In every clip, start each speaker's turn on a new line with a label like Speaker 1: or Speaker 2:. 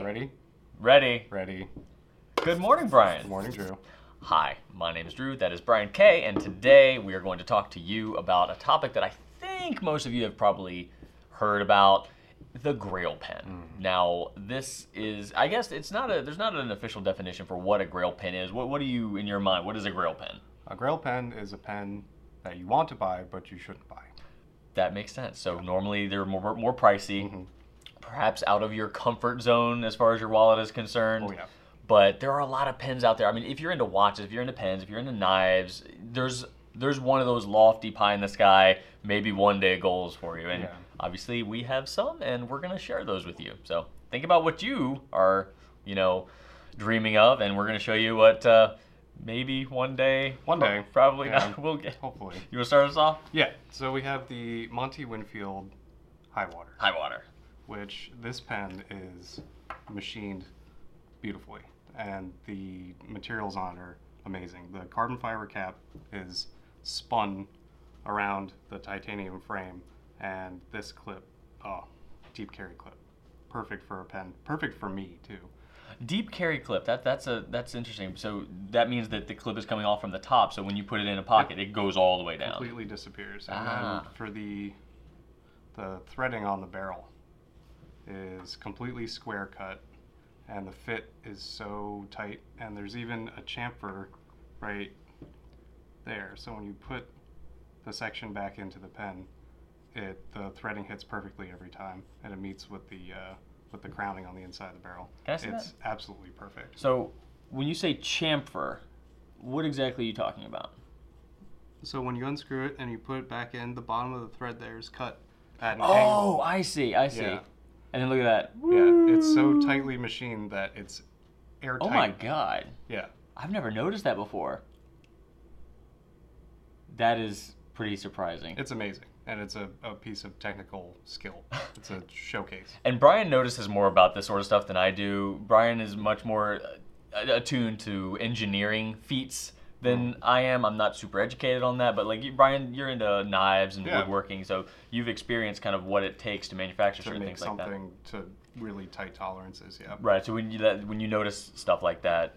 Speaker 1: Ready?
Speaker 2: Ready?
Speaker 1: Ready.
Speaker 2: Good morning, Brian.
Speaker 1: Good morning, Drew.
Speaker 2: Hi, my name is Drew. That is Brian Kay, and today we are going to talk to you about a topic that I think most of you have probably heard about: the Grail pen.
Speaker 1: Mm-hmm.
Speaker 2: Now, this is, I guess, it's not a. There's not an official definition for what a Grail pen is. What What do you, in your mind, what is a Grail pen?
Speaker 1: A Grail pen is a pen that you want to buy, but you shouldn't buy.
Speaker 2: That makes sense. So normally they're more more pricey,
Speaker 1: Mm-hmm.
Speaker 2: perhaps out of your comfort zone as far as your wallet is concerned.
Speaker 1: Oh, yeah.
Speaker 2: But there are a lot of pens out there. I mean, if you're into watches, if you're into pens, if you're into knives, there's there's one of those lofty pie in the sky, maybe one day goals for you. And
Speaker 1: Yeah.
Speaker 2: obviously we have some and we're gonna share those with you. So think about what you are, you know, dreaming of and we're gonna show you what uh, maybe one day
Speaker 1: One day.
Speaker 2: probably
Speaker 1: Yeah.
Speaker 2: not we'll get
Speaker 1: Hopefully.
Speaker 2: you wanna start us off?
Speaker 1: Yeah. So we have the Monty Winfield High Water,
Speaker 2: High water.
Speaker 1: which this pen is machined beautifully, and the materials on it are amazing. The carbon fiber cap is spun around the titanium frame, and this clip, oh, deep carry clip, perfect for a pen, perfect for me too.
Speaker 2: Deep carry clip. That that's a that's interesting. So that means that the clip is coming off from the top. So when you put it in a pocket, it goes all the way down.
Speaker 1: completely disappears. And
Speaker 2: Ah.
Speaker 1: then for the the threading on the barrel is completely square cut and the fit is so tight and there's even a chamfer right there. So when you put the section back into the pen, it the threading hits perfectly every time and it meets with the uh, with the crowning on the inside of the barrel.
Speaker 2: Can I see
Speaker 1: it's absolutely perfect.
Speaker 2: So when you say chamfer, what exactly are you talking about?
Speaker 1: So when you unscrew it and you put it back in, the bottom of the thread there is cut at an angle.
Speaker 2: Oh, I see. I see.
Speaker 1: Yeah.
Speaker 2: And then look at that.
Speaker 1: Yeah, it's so tightly machined that it's airtight.
Speaker 2: Oh my god.
Speaker 1: Yeah,
Speaker 2: I've never noticed that before. That is pretty surprising.
Speaker 1: it's amazing, and it's a, a piece of technical skill. It's a showcase.
Speaker 2: And Brian notices more about this sort of stuff than I do. Brian is much more uh, attuned to engineering feats than
Speaker 1: Mm-hmm.
Speaker 2: I am. I'm not super educated on that, but like you, Brian, you're into knives and
Speaker 1: Yeah.
Speaker 2: woodworking, so you've experienced kind of what it takes to manufacture
Speaker 1: To
Speaker 2: certain
Speaker 1: make
Speaker 2: things like that.
Speaker 1: something to really tight tolerances. Yeah,
Speaker 2: Right. So when you that, when you notice stuff like that,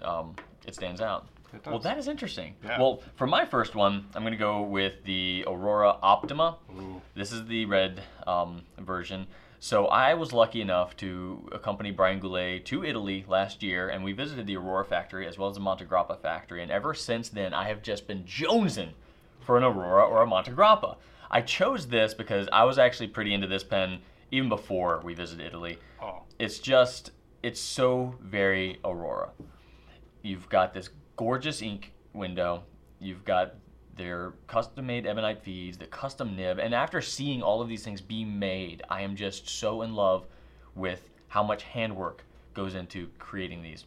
Speaker 2: um, it stands out.
Speaker 1: It
Speaker 2: Well,
Speaker 1: does.
Speaker 2: that is interesting.
Speaker 1: Yeah.
Speaker 2: Well, for my first one, I'm going to go with the Aurora Optima.
Speaker 1: Ooh.
Speaker 2: This is the red um, version. So I was lucky enough to accompany Brian Goulet to Italy last year, and we visited the Aurora factory as well as the Monte Grappa factory. And ever since then, I have just been jonesing for an Aurora or a Monte Grappa. I chose this because I was actually pretty into this pen even before we visited Italy
Speaker 1: Oh,
Speaker 2: it's just it's so very aurora you've got this gorgeous ink window you've got their custom made ebonite feeds the custom nib and after seeing all of these things be made i am just so in love with how much handwork goes into creating these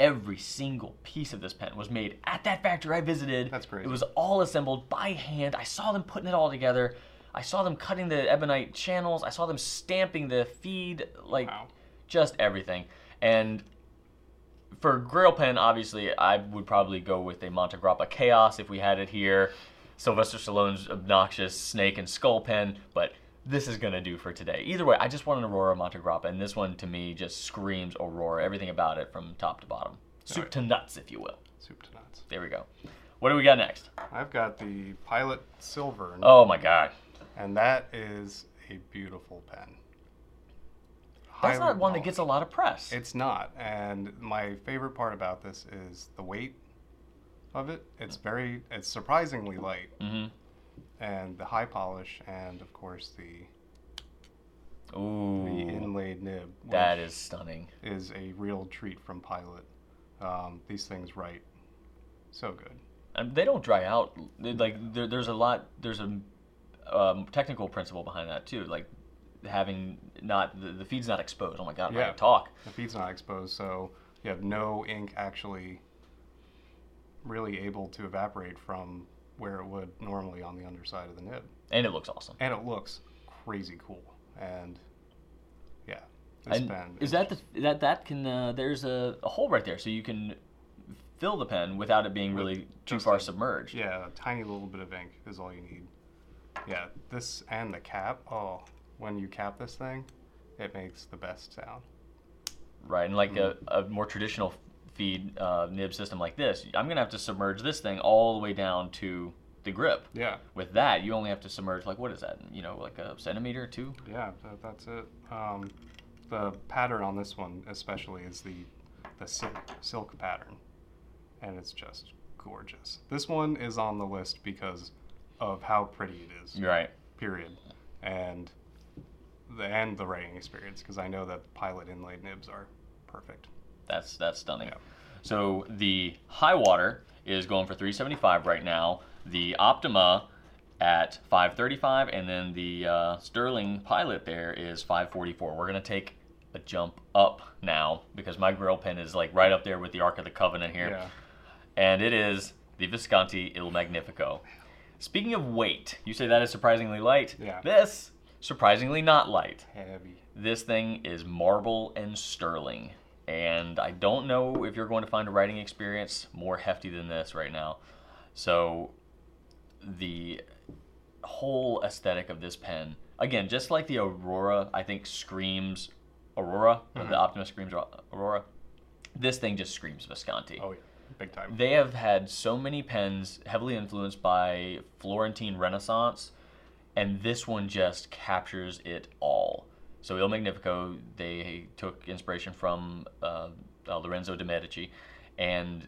Speaker 2: every single piece of this pen was made at that factory I visited.
Speaker 1: That's crazy.
Speaker 2: It was all assembled by hand. I saw them putting it all together. I saw them cutting the ebonite channels. I saw them stamping the feed, like
Speaker 1: Wow.
Speaker 2: just everything. And for Grail Pen, obviously, I would probably go with a Monte Grappa Chaos if we had it here. Sylvester Stallone's obnoxious snake and skull pen, but this is gonna do for today. Either way, I just want an Aurora Monte Grappa, and this one to me just screams Aurora. Everything about it, from top to bottom, soup to nuts, if you will.
Speaker 1: soup to nuts.
Speaker 2: There we go. What do we got next?
Speaker 1: I've got the Pilot Silver,
Speaker 2: Oh my God,
Speaker 1: and that is a beautiful pen. Highly
Speaker 2: that's not one that
Speaker 1: polished.
Speaker 2: gets a lot of press.
Speaker 1: It's not. And my favorite part about this is the weight of it. It's very, it's surprisingly light.
Speaker 2: Mhm.
Speaker 1: And the high polish, and of course the, the
Speaker 2: Ooh,
Speaker 1: inlaid nib. Which
Speaker 2: that is stunning.
Speaker 1: is a real treat from Pilot. Um, these things write so good.
Speaker 2: Um, they don't dry out. They- Like there, there's a lot. There's a um, technical principle behind that too. Like having not the, the feed's not exposed. Oh my god, I'm not
Speaker 1: Yeah.
Speaker 2: gonna talk.
Speaker 1: The feed's not exposed, so you have no ink actually really able to evaporate from where it would normally on the underside of the nib.
Speaker 2: And it looks awesome.
Speaker 1: and it looks crazy cool. And yeah, this
Speaker 2: And
Speaker 1: pen
Speaker 2: is that the that that can? Uh, there's a, a hole right there, so you can fill the pen without it being really too
Speaker 1: just
Speaker 2: far
Speaker 1: a-
Speaker 2: submerged.
Speaker 1: yeah, a tiny little bit of ink is all you need. Yeah, this and the cap. Oh, when you cap this thing, it makes the best sound.
Speaker 2: right? And like
Speaker 1: Mm-hmm.
Speaker 2: a, a more traditional feed uh, nib system like this, I'm gonna have to submerge this thing all the way down to the grip.
Speaker 1: Yeah,
Speaker 2: With that, you only have to submerge like what is that? You know, like a centimeter or two.
Speaker 1: yeah, that, that's it. Um, the pattern on this one, especially, is the the silk, silk pattern, and it's just gorgeous. This one is on the list because of how pretty it is.
Speaker 2: Right.
Speaker 1: Period, and the and the writing experience because I know that pilot inlaid nibs are perfect.
Speaker 2: That's that's stunning.
Speaker 1: Yeah.
Speaker 2: So the high water is going for 375 right now. The Optima at 535, and then the uh, Sterling Pilot there is 544. We're gonna take a jump up now because my grill pin is like right up there with the Ark of the Covenant here,
Speaker 1: Yeah,
Speaker 2: and it is the Visconti Il Magnifico. Speaking of weight, you say that is surprisingly light.
Speaker 1: Yeah.
Speaker 2: This surprisingly not light
Speaker 1: heavy.
Speaker 2: this thing is marble and sterling and i don't know if you're going to find a writing experience more hefty than this right now so the whole aesthetic of this pen again just like the aurora i think screams aurora or the optimus screams aurora this thing just screams visconti
Speaker 1: Oh yeah, big time.
Speaker 2: they have had so many pens heavily influenced by Florentine Renaissance, and this one just captures it all. So Il Magnifico, they took inspiration from uh, uh, Lorenzo de' Medici, and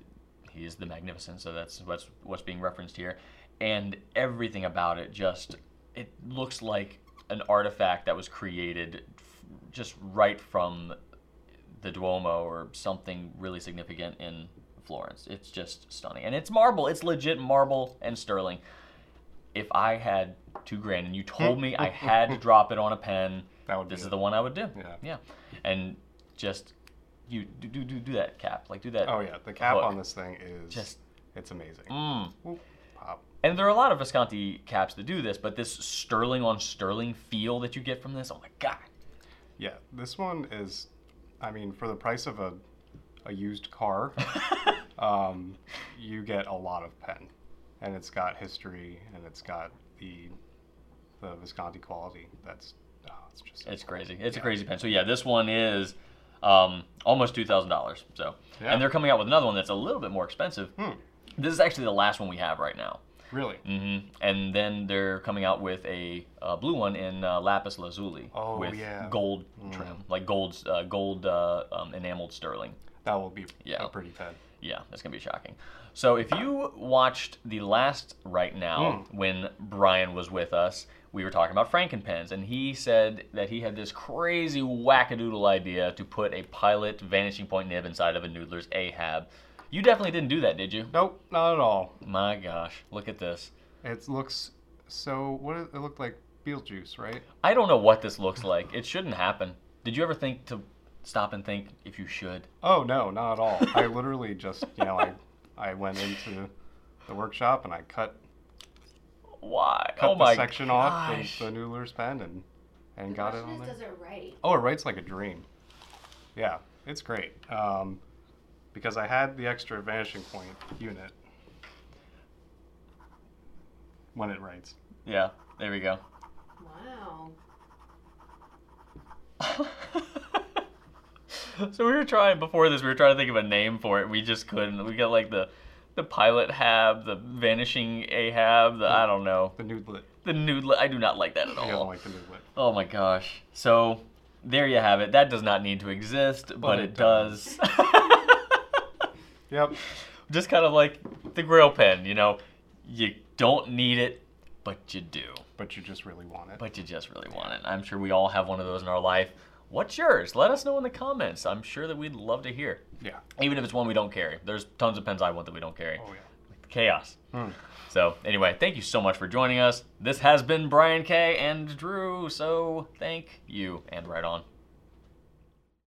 Speaker 2: he is the magnificent. So that's what's what's being referenced here, and everything about it just it looks like an artifact that was created f- just right from the Duomo or something really significant in Florence. It's just stunning. And it's marble. It's legit marble and sterling. If I had two grand and you told me I had to drop it on a pen,
Speaker 1: That would be
Speaker 2: this is
Speaker 1: it.
Speaker 2: the one I would do.
Speaker 1: Yeah.
Speaker 2: Yeah. And just you do do do, do that cap. Like do that.
Speaker 1: Oh yeah, the cap
Speaker 2: Hook.
Speaker 1: on this thing is
Speaker 2: Just-
Speaker 1: it's amazing.
Speaker 2: Mm.
Speaker 1: Whoop, pop.
Speaker 2: And there are a lot of Visconti caps that do this, but this sterling on sterling feel that you get from this, oh my god.
Speaker 1: Yeah, this one is, I mean, for the price of a, a used car, um, you get a lot of pen, and it's got history, and it's got the, the Visconti quality. That's, oh, it's just
Speaker 2: It's crazy. It's a crazy pen. So yeah, this one is um, almost two thousand dollars. So
Speaker 1: Yeah.
Speaker 2: and they're coming out with another one that's a little bit more expensive.
Speaker 1: Hmm.
Speaker 2: This is actually the last one we have right now.
Speaker 1: really.
Speaker 2: hmm And then they're coming out with a, uh blue one in uh, lapis lazuli
Speaker 1: Oh,
Speaker 2: with
Speaker 1: yeah. Hmm.
Speaker 2: gold trim, like gold uh, gold uh, um, enameled sterling.
Speaker 1: That will be
Speaker 2: Yeah.
Speaker 1: a pretty pen.
Speaker 2: Yeah, that's gonna be shocking. So if you watched the last right now
Speaker 1: Hmm.
Speaker 2: when Brian was with us, we were talking about Frankenpens, and he said that he had this crazy wackadoodle idea to put a pilot vanishing point nib inside of a noodler's Ahab. You definitely didn't do that, did you?
Speaker 1: Nope, not at all.
Speaker 2: My gosh, look at this.
Speaker 1: It looks so. What it it looked like Beetlejuice, right?
Speaker 2: I don't know what this looks like. It shouldn't happen. Did you ever think to stop and think if you should?
Speaker 1: Oh no, not at all. I literally just you know I I went into the workshop and I cut
Speaker 2: Why?
Speaker 1: cut
Speaker 2: oh
Speaker 1: the
Speaker 2: my
Speaker 1: section
Speaker 2: gosh.
Speaker 1: off the, the Noodler's pen and and
Speaker 3: The
Speaker 1: got it
Speaker 3: question
Speaker 1: on
Speaker 3: is,
Speaker 1: there.
Speaker 3: does it write?
Speaker 1: Oh, it writes like a dream. Yeah, it's great. Um, because I had the extra vanishing point unit when it writes.
Speaker 2: Yeah, there we go.
Speaker 3: Wow.
Speaker 2: so we were trying before this. We were trying to think of a name for it. We just couldn't. We got like the the pilot hab, the vanishing ahab, the I don't know,
Speaker 1: The noodlet.
Speaker 2: the noodle. I do not like that at
Speaker 1: I don't
Speaker 2: all.
Speaker 1: like the noodlet.
Speaker 2: Oh my gosh. So there you have it. That does not need to exist, but,
Speaker 1: But
Speaker 2: it,
Speaker 1: it
Speaker 2: does.
Speaker 1: Yep.
Speaker 2: just kind of like the grill pen, you know. You don't need it, but you do.
Speaker 1: But you just really want it.
Speaker 2: But you just really want it. I'm sure we all have one of those in our life. What's yours? Let us know in the comments. I'm sure that we'd love to hear.
Speaker 1: yeah.
Speaker 2: Even if it's one we don't carry. There's tons of pens I want that we don't carry.
Speaker 1: Oh yeah.
Speaker 2: Chaos.
Speaker 1: Hmm.
Speaker 2: So, anyway, thank you so much for joining us. This has been Brian K. and Drew, so thank you, and right on.